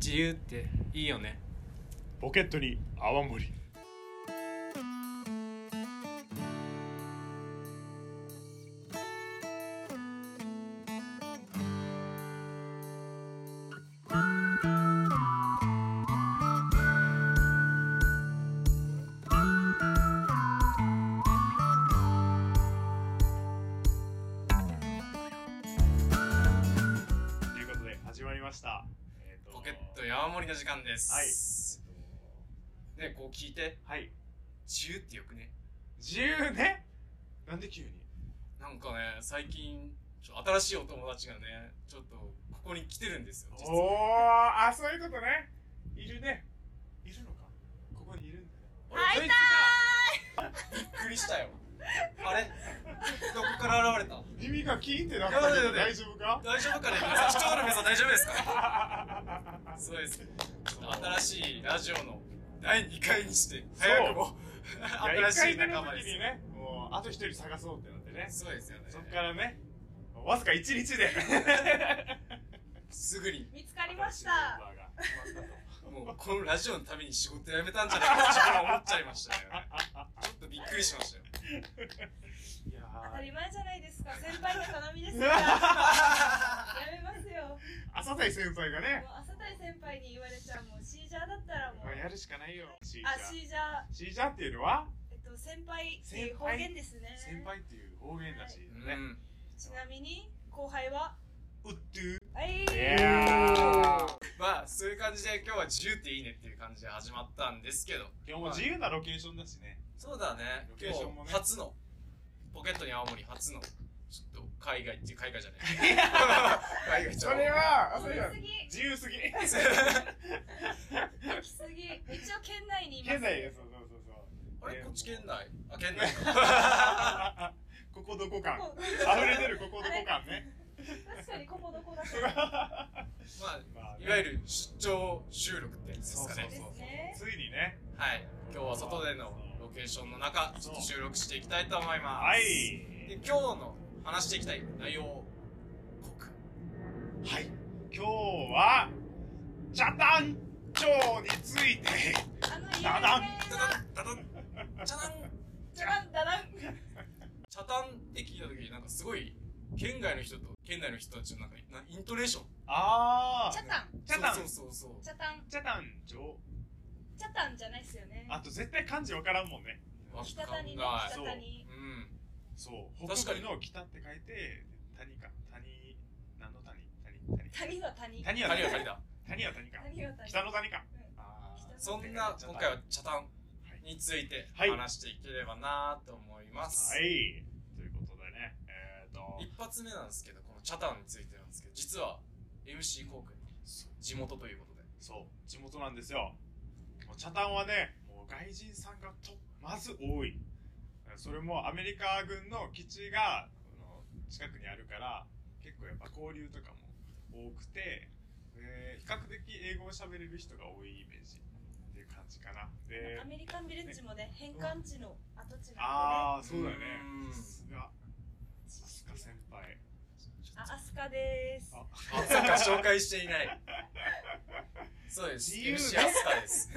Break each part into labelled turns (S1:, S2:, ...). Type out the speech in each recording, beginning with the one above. S1: 自由っていいよね
S2: ポケットに泡盛ということで始まりました、えーと
S1: ポケット山盛りの時間ですはいねこう聞いて
S2: はい
S1: 自由ってよくね
S2: 自由ねなんで急に
S1: なんかね最近ちょ新しいお友達がねちょっとここに来てるんですよ実
S2: お
S1: は
S2: ーあそういうことねいるねいるのかここにいるんだね
S1: 俺こいつがびっくりしたよあれどこから現れた
S2: 耳がキーンってなったけど大丈夫か
S1: 大丈夫かね皆さん視聴者の皆さん大丈夫ですか
S2: そ
S1: そうです。新しいラジオの第2回にして、早くも、
S2: うい や
S1: 新しい
S2: 一回目の
S1: 仲間で
S2: 時
S1: す
S2: に。ねもうあと一人探そうってなってね
S1: そうですよね。
S2: そっからねわずか一日 で
S1: すぐに、
S3: 見つかりました。
S2: 新しいメンバーが決まった
S1: もうこのラジオのために仕事辞めたんじゃないかって自分は思っちゃいましたよね。ちょっとびっくりしましたよ。
S2: といやー
S3: 当たり前じゃないですか。先輩の花見ですから。やめますよ。もう
S2: 朝太先輩がね
S3: 朝太先輩に言われちゃうもうシージャーだったらもう。
S2: まあやるしかないよシージ
S3: あ、
S2: ャ
S3: シ
S2: ー
S3: ージャー。
S2: シージャーっていうのは
S3: えっと先輩ってい
S2: 先
S3: う
S2: 輩
S3: 方言ですね。
S2: 先輩っていう方言らしいよ
S1: う
S2: ね
S1: ん。
S3: ちなみに後輩は。
S2: うっとゥ
S3: はい。
S2: いやー
S1: まあ、そういう感じで今日は自由っていいねっていう感じで始まったんですけど。
S2: 今日も自由なロケーションだしね
S1: そうだね。
S2: ロケ
S1: 今
S2: ーションもね
S1: 日、初の、ポケットに青森初の、ちょっと海外っていう海外じゃない。海外ちゃう
S2: は
S3: 通り過ぎ。
S2: 自由す ぎ
S3: 行き過ぎ。一応県内にいます。
S2: 現在ですそうそうそうそ
S1: あ
S2: う
S1: れ
S2: ね
S1: こっち県内あ、県内 か。
S2: ここどこ感
S3: ここ
S2: 溢れてるここどこ感ね
S3: 確かにここどこだっ
S1: ま
S3: た
S2: まあ
S1: あ、
S2: ね
S1: いわゆる出張収録ってやつですかね。
S3: そうそうそうね
S2: ついにね
S1: はい。今日は外でのロケーションの中、ちょっと収録していきたいと思います。
S2: はい
S1: で、今日の話していきたい内容、濃く。
S2: はい今日は茶壇町について
S3: あの有名
S2: ダ
S3: な
S2: ダン。
S1: ダダンチャタン
S3: ダダンダダン。
S1: チャタンって聞いた時になんかすごい、県外の人と県内の人たちのなんか、なイントネーション。
S2: あ
S3: チャタン。
S2: 茶壇
S1: そうそうそうそ
S3: チャタン。
S2: 茶壇町
S3: チャタンじゃないですよね。
S2: あと絶対漢字わからんもんね
S1: う。わ
S3: 北
S1: かん
S3: 谷ね
S1: ない。
S3: 北谷。
S1: うん。
S2: そ
S1: 確
S2: う
S1: か
S2: 北
S1: に
S2: 部の北って書いて谷か谷何の谷谷谷
S3: 谷は谷。
S2: 谷は
S1: 谷
S2: 谷
S1: は
S2: は
S1: 谷だ。
S2: 谷は谷か
S3: 谷は谷。
S2: 北の谷か
S3: うん
S2: あー
S1: そんな、今回はチャタンについて
S2: はい
S1: 話していければなと思います。
S2: はい。ということでね、えっ、ー、と、
S1: 一発目なんですけど、このチャタンについてなんですけど、実は MC 航空の
S2: そう
S1: 地元ということで。
S2: そう、地元なんですよ。もう茶炭はね、もう外人さんがとまず多い。それもアメリカ軍の基地がこの近くにあるから、結構やっぱ交流とかも多くて、で比較的英語を喋れる人が多いイメージっていう感じかな。で
S3: ア、メリカンビレッジもね、返還地の跡地なんでね。
S2: ああ、そうだよね
S1: う。ん
S2: さすが、さすが先輩。
S3: あ、アスカです。
S2: あ
S1: まさか紹介していない。そうです。
S2: 自由
S1: MC アスカです。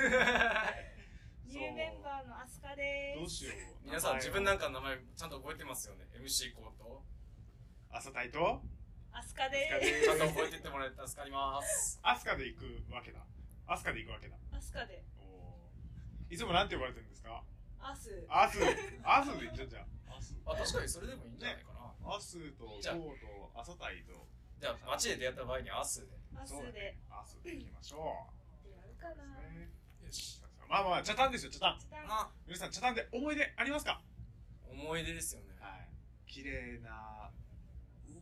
S3: ニューメンバーのアスカで
S2: どう
S3: す。
S2: しよう。
S1: 皆さん自分なん
S2: か。
S1: かの名前ちゃんと覚えてますよね。MC 航と。
S2: 朝隊と
S3: アスカ
S2: アスカ
S3: で
S2: で
S1: ちゃんと覚えてってもらえて助かります。
S2: アスカで行くわけだ。アスカで行くわけだ。
S3: す。アスカで。
S2: おーいつもなんて呼ばれてるんですか
S3: アス。
S2: アス、アスで行っちゃうじゃん。アス。
S1: あ、確かにそれでもいいんじゃないかな。
S2: アスと、
S1: じゃあ
S2: ゴーと、朝隊と、
S1: じゃあ、街で出会った場合にアスで。
S3: アス
S2: そうだ
S3: で
S2: ね。。アスで行きましょ
S3: やる
S2: う。
S3: かな。
S1: よし。
S2: まあまあ、茶炭ですよ、茶炭。
S3: チャタン
S1: あ、
S2: 皆さん、茶炭で思い出ありますか
S1: 思い出ですよね。
S2: い。綺麗な、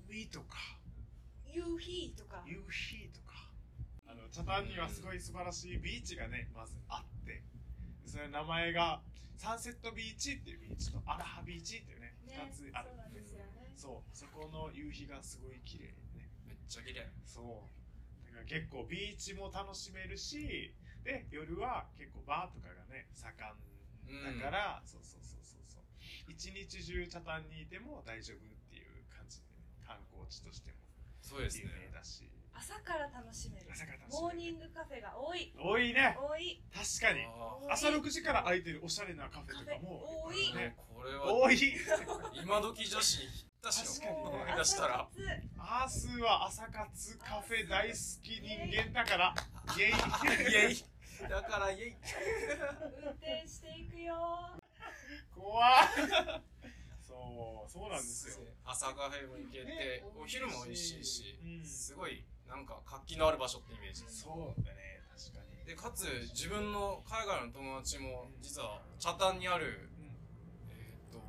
S2: 海とか、
S3: 夕日とか。
S2: 夕日とか。あの、茶炭にはすごい素晴らしいビーチがね、まずあって。それ名前が、サンセットビーチっていうビーチと、アラハビーチっていうね、二
S3: ね。そ
S2: つ
S3: う
S2: ある。
S3: なんですよね。
S2: そう、そこの夕日がすごい綺麗ね。
S1: めっちゃ綺麗。
S2: そう。だから結構ビーチも楽しめるし、で、夜は結構バーとかがね、盛んだから、そうそうそうそうそう。一日中茶壇にいても大丈夫っていう感じで、観光地としても
S1: そうです
S2: 有
S1: ね。
S2: 名だし。
S3: 朝から楽しめる
S2: 朝から楽しみ
S3: モーニングカフェが多い
S2: 多いね
S3: 多い
S2: 確かに
S1: あ
S2: 朝6時から空いてるおしゃれなカフェとかも
S3: 多
S1: ー
S3: い
S2: ね
S1: これは
S2: 多い
S1: 今時女子にぴったし
S2: 確かにね
S1: 下手したら
S2: アースは朝活カフェ大好き人間だからイェイ
S1: イエイだからイエイ
S3: 運転していくよ
S2: 怖いそうそうなんですよ
S1: 朝カフェも行けて
S2: ね
S1: お昼も美味しいし
S2: うん
S1: すごいなんか活気のある場所ってイメージです
S2: そうだね確かに
S1: でかつ自分の海外の友達も実は北谷にある、
S2: うん
S1: えー、と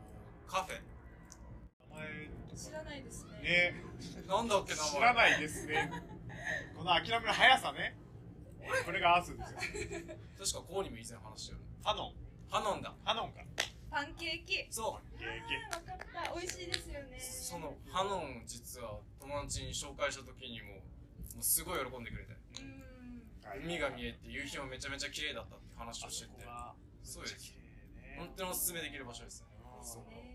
S1: カフェ
S2: 名前
S3: 知らないですね
S2: ね
S1: なんだっけ名前
S2: 知らないですねこの諦めの速さねこれがアースですよ
S1: 確かこうにも以前話したよね
S2: ハノン
S1: ハノンだ
S2: ハノンか
S3: パンケーキ
S1: そ
S2: ゲ
S3: あーわかった美味しいですよね
S1: うそのハノンを実は友達に紹介した時にももうすごい喜んでくれて
S3: う
S2: ゲ
S1: 海
S3: ん
S1: が見えて夕日もめちゃめちゃ綺麗だったって話を
S2: あ
S1: して
S2: そ
S1: て
S2: こは
S1: そうです
S2: ね
S1: 本当におすすめできる場所ですね
S2: そう
S3: ね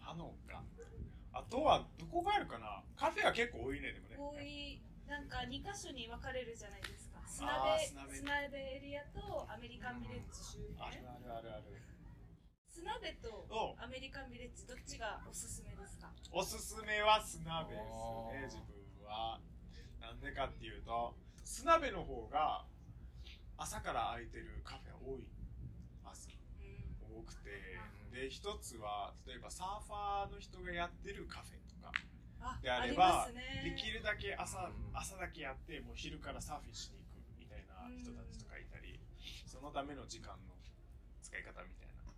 S2: ハノンかあとはどこがあるかなカフェは結構多いねでも
S3: 多
S2: ね
S3: いなんか2箇所に分かれるじゃないですか砂
S2: あー
S3: 辺
S2: 砂
S3: 砂辺エリアとアメリカンビレッジ周
S2: ある
S3: 辺
S2: あるあるある
S3: 砂辺と
S2: お
S3: アメリカンビレッジどっちがおすすめですか
S2: おすすめは砂辺ですね自分はなんでかっていうと砂辺の方が朝から空いてるカフェ多い朝
S3: うん
S2: 多くてで一つは例えばサーファーの人がやってるカフェとか
S3: あ
S2: であれば
S3: あります
S2: で
S3: ね
S2: きるだけ朝
S1: うん
S2: 朝だけやってもう昼からサーフィンしに行くみたいな人たちとかいたりそのための時間の使い方みたいなと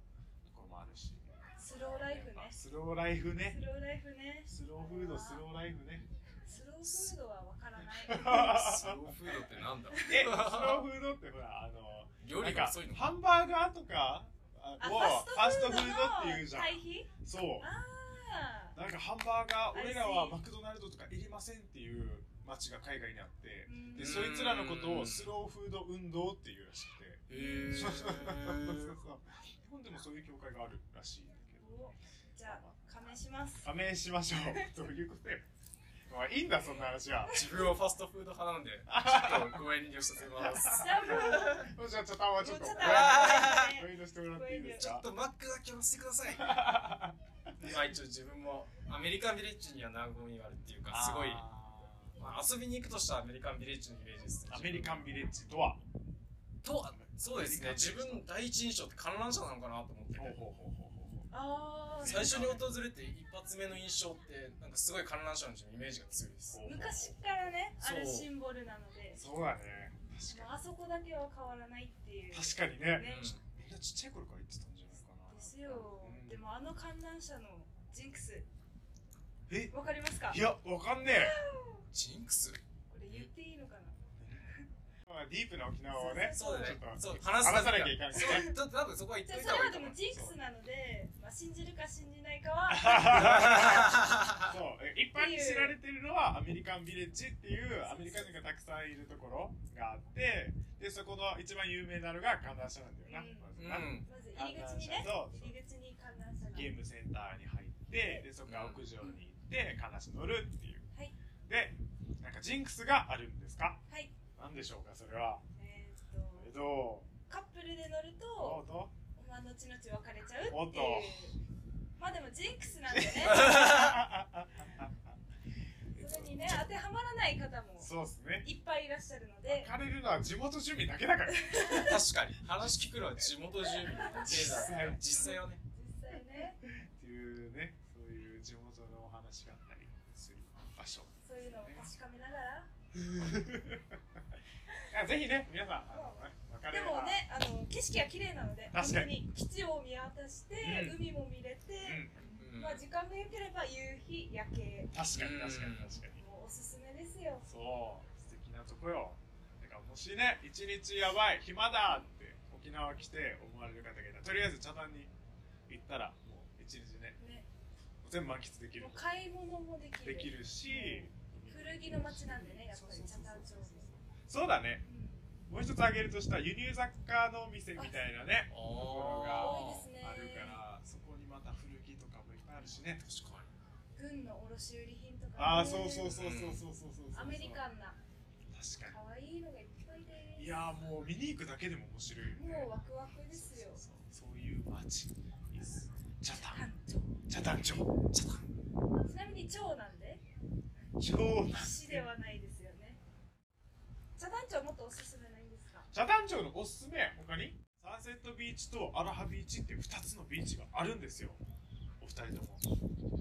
S2: ころもあるし
S3: スローライフね
S2: あスローライフね
S3: スローライフね
S2: スローフードスローライフね
S3: スローフードは分からない
S1: スローフードってなんだろう
S2: えスローフードってほらあの
S1: 料理が
S2: なんか
S1: 遅いの
S2: ハンバーガーとかあ
S3: あ
S2: をファストフードっていうじゃん
S3: 対比
S2: そう
S3: あ
S2: なんかハンバーガー
S3: I see
S2: 俺らはマクドナルドとかいりませんっていう街が海外にあって
S3: ー
S2: で
S3: うん
S2: そいつらのことをスローフード運動っていうらしくて
S1: へー
S2: そうそうそうそう日本でもそういう教会があるらしいんだけど
S3: おじゃあ加盟し ます
S2: 加盟しましょうどういうことやまあいいんだそんな話は
S1: 自分はファストフード派な んでちょっとご遠慮してます
S3: じゃあもう
S2: もうじゃあちょっとあんまちょっと
S3: ちょっと
S1: あ
S3: んま
S2: ご遠慮してもらっていいです
S1: ちょ
S2: か
S1: っとマックだけ押してくださいまあ一応自分もアメリカンビレッジには和みがあるっていうかすごい
S2: あ
S1: まあ、遊びに行くとしたらアメリカンビレッジのイメージですね
S2: ーアメリカンビレッジとは
S1: とはそうですね自分の第一印象って観覧車なのかなと思って
S2: ほう
S1: て
S2: ほうほうほうほうほう
S3: あー
S1: 最初に訪れて一発目の印象ってなんかすごい観覧車のイメージが強いです
S3: 昔からねあ
S1: そう
S3: るシンボルなので
S2: そうだね確か
S3: もうあそこだけは変わらないっていう
S2: に確かにね
S1: う
S3: ね
S1: ん
S2: みんなちっちゃい頃から言ってたんじゃないかな。
S3: ですよ、
S2: うん
S3: でもあの観覧車のジンクス
S2: え
S3: わかりますか
S2: いや、わかんねえ。
S1: ジンクス
S3: これ言っていいのかな
S2: まあ、ディープな沖縄はね、
S1: そうだね
S2: ちょ
S1: そ
S2: っ
S1: う話す
S2: 話さなきゃいけない
S1: そうだって多分そこは言っ
S3: じ
S1: て
S3: ゃあ
S1: みた方
S3: そ
S1: がい
S3: れはいで
S1: と思
S3: も
S1: う
S3: ジンクスなので、まあ、信じるか信じないかは
S2: と。そうえ一般に知られてるのはアメリカンビレッジっていうアメリカ人がたくさんいるところがあってでそこの一番有名なのが観覧車なんだよな、
S3: うん
S2: ま
S1: う
S2: ずな、
S1: ん
S3: まず入り口にね
S2: そう
S3: 入り口に観覧車が
S2: ゲームセンターに入ってでそこから屋上に行って観覧車乗るっていう、
S3: はい
S2: でなんかジンクスがあるんですか
S3: はい
S2: なんでしょうかそれは
S3: えーっ
S2: えっと
S3: とカップルで乗る
S2: ど
S3: と
S2: うど
S3: まあ後々別れちゃうっていう
S2: おっと
S3: まあでもジンクスなんでね それにね当てはまらない方も
S2: うそうっすね
S3: いっぱいいらっしゃるので
S2: 枯れるのは地元住民だけだから
S1: 確かに話聞くのは地元住民の
S2: 実際
S1: 実際はね
S3: 実際ね
S2: っていうねそういう地元のお話があったりする場所
S3: そういうのを確かめながら
S2: あぜひね皆さんあの、ね、分か
S3: で
S2: れれば
S3: もねあの景色が綺麗なので
S2: 確か
S3: 本当に基地を見渡して、
S2: うん
S3: 海も見れて、
S1: うん
S3: まあ時間が良ければ夕日夜景
S2: うん、確かに確かに確かに
S3: もうおすすめですよ
S2: そう素敵なとこよだからもしね一日やばい暇だって沖縄来て思われる方がいたらとりあえず茶壇に行ったらもう一日ね
S3: ね
S2: 全部満喫できる
S3: もう買い物もできる
S2: できるし
S3: 古着の街なんでねやっぱり茶炭町も
S2: そうだね
S3: うん
S2: もう一つ挙げるとしたら輸入雑貨のお店みたいなねところが
S1: あ
S3: 多いですね
S2: あるからそこにまた古着とかもいっぱいあるしね
S1: ー確かに
S3: 軍の卸売品とか、ね、
S2: ああそうそうそうそうそうそうそうそう
S3: アメリカンな
S2: 確か
S3: 可愛いのがいっぱいで
S2: にいやーもう見に行くだけでも面白いよね
S3: もうワクワクですよ
S2: そうそうそういう街いいっすチャタン
S3: 館長
S2: チャタン町チャタン
S3: ちなみに長なんで
S2: 超な
S3: 市ではないですよね茶団長もっとおすすめないんですか
S2: 茶壇町のおすすめ他にサンセットビーチとアラハビーチっていう2つのビーチがあるんですよお二人とも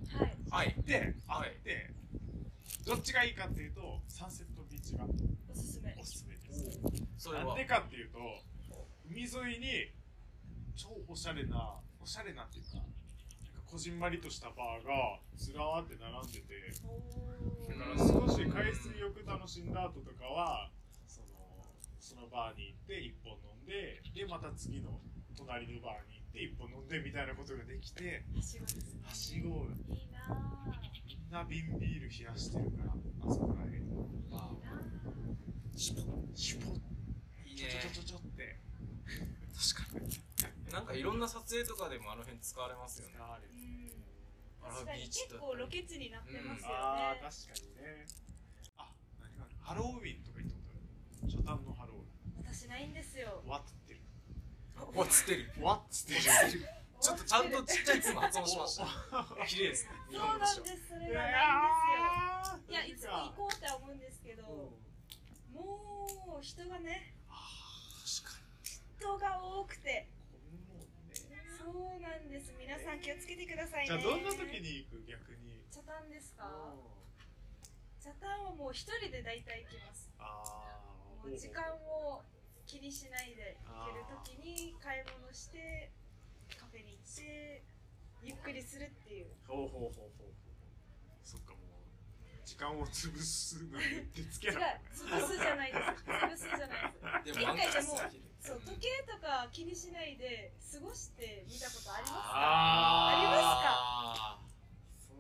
S3: はい
S1: はい。
S2: であ
S1: はい
S2: ってどっちがいいかっていうとサンセットビーチが
S3: おすすめ
S2: おすすめです
S1: それ
S2: なん
S1: は
S2: で。かっていうと海沿いに超おしゃれなおしゃれなっていうかなんかこじんまりとしたバーがずらーって並んでて
S3: お
S2: だ
S3: ー
S2: から少し海水浴楽しんだ後とかはそのそのバーに行って1本飲んででまた次の隣のバーに行って1本飲んでみたいなことができて
S3: はしごですね
S2: はしご
S3: いいなぁ
S2: みんな瓶ビール冷やしてるからあそこらへんバーを
S3: いいなぁ
S2: シュポッシュポッ
S1: いい
S2: ち
S1: ね
S2: ょ。ちょちょちょちょって
S1: 確かに。なんかいろんな撮影とかでもあの辺使われますよね。
S2: あ
S3: う
S2: れ
S3: ん
S1: あら
S3: 確かに
S1: ビーチだ
S3: 結構ロケ地になってますよね
S2: あー確かにねあ何があるハロウィンとか行ったことある初段のハロウィ
S3: 私ないんですよ
S2: ンわっつってる
S1: おつってる。
S2: わっつってる
S1: ちょっとちゃんとちっちゃいつも発音しました。綺麗ですね。
S3: そうなんですそ
S2: い
S3: れ
S2: や
S3: がないんですよ
S2: ー
S3: いやいつも行こうっては思うんですけど
S2: うん
S3: もう人がね
S1: 確か
S3: 人が多くて
S2: じ
S3: そうなんです皆さん気をつけてくださいね
S2: ゃあどんな時に行く逆に
S3: 茶炭ですか茶炭はもう一人で大体行きます
S2: あ
S3: も
S2: ー
S3: う時間を気にしないで行ける時に買い物してカフェに行ってゆっくりするっていう
S2: ほうほうほうほうほうそっかもう時間を潰すのにうってつけ
S3: 違う
S2: なね
S3: 潰すじゃないです潰すじゃないです
S1: に。でも、なんかさ、
S3: そう時計とか気にしないで過ごして見たことありますか
S1: あ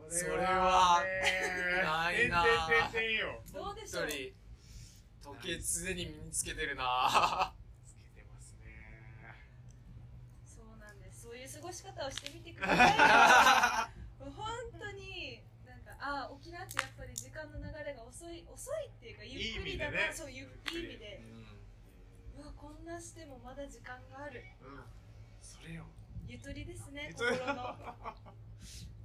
S2: それは
S1: そ
S2: ね
S1: れはないな
S2: てんてんてんてんよ
S3: どうでしょう
S1: 本当に時計常に身につけてるな
S2: つけてますね
S3: そうなんですそういう過ごし方をしてみてくださ いもう本当になんかああ沖縄ってやっぱり時間の流れが遅い遅いっていうかゆっくりだな
S2: 意味でね
S3: そうゆっいい意味でうわこんなしてもまだ時間がある
S2: うんそれよ
S3: ゆとりです ね
S2: ゆと
S3: 心
S2: り
S3: の心の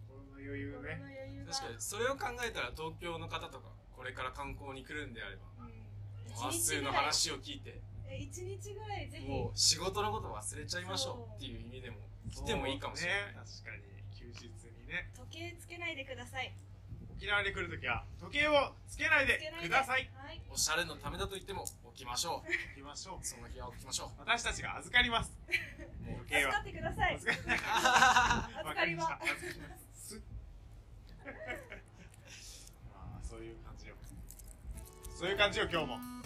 S2: 心の余裕ね
S3: 余裕が
S1: 確かにそれを考えたら東京の方とかこれから観光に来るんであれば
S3: うん、
S1: 明
S3: 一日
S1: 日
S3: ぐ
S1: の
S3: らい
S1: 話を聞いて
S3: え一日ぐらいぜひ
S1: もう仕事のこと忘れちゃいましょうっていう意味でも来てもいいかもしれない
S2: そうね確かに休日にね
S3: 時計つけないでください
S2: 沖縄に来るときは時計をつけない
S3: つ
S2: で
S3: けないで
S2: ください
S3: はい
S1: おしゃれのためだと言っても起きましょう
S2: 行きましょ
S1: その日は起きましょ
S2: う私たちが預かり ます
S1: もう
S2: 時計
S3: 預
S2: は
S3: かってください
S2: 預か
S1: う
S2: り
S3: 預かりは
S2: わか預かります すまあそういう感じよそういう感じよ今日も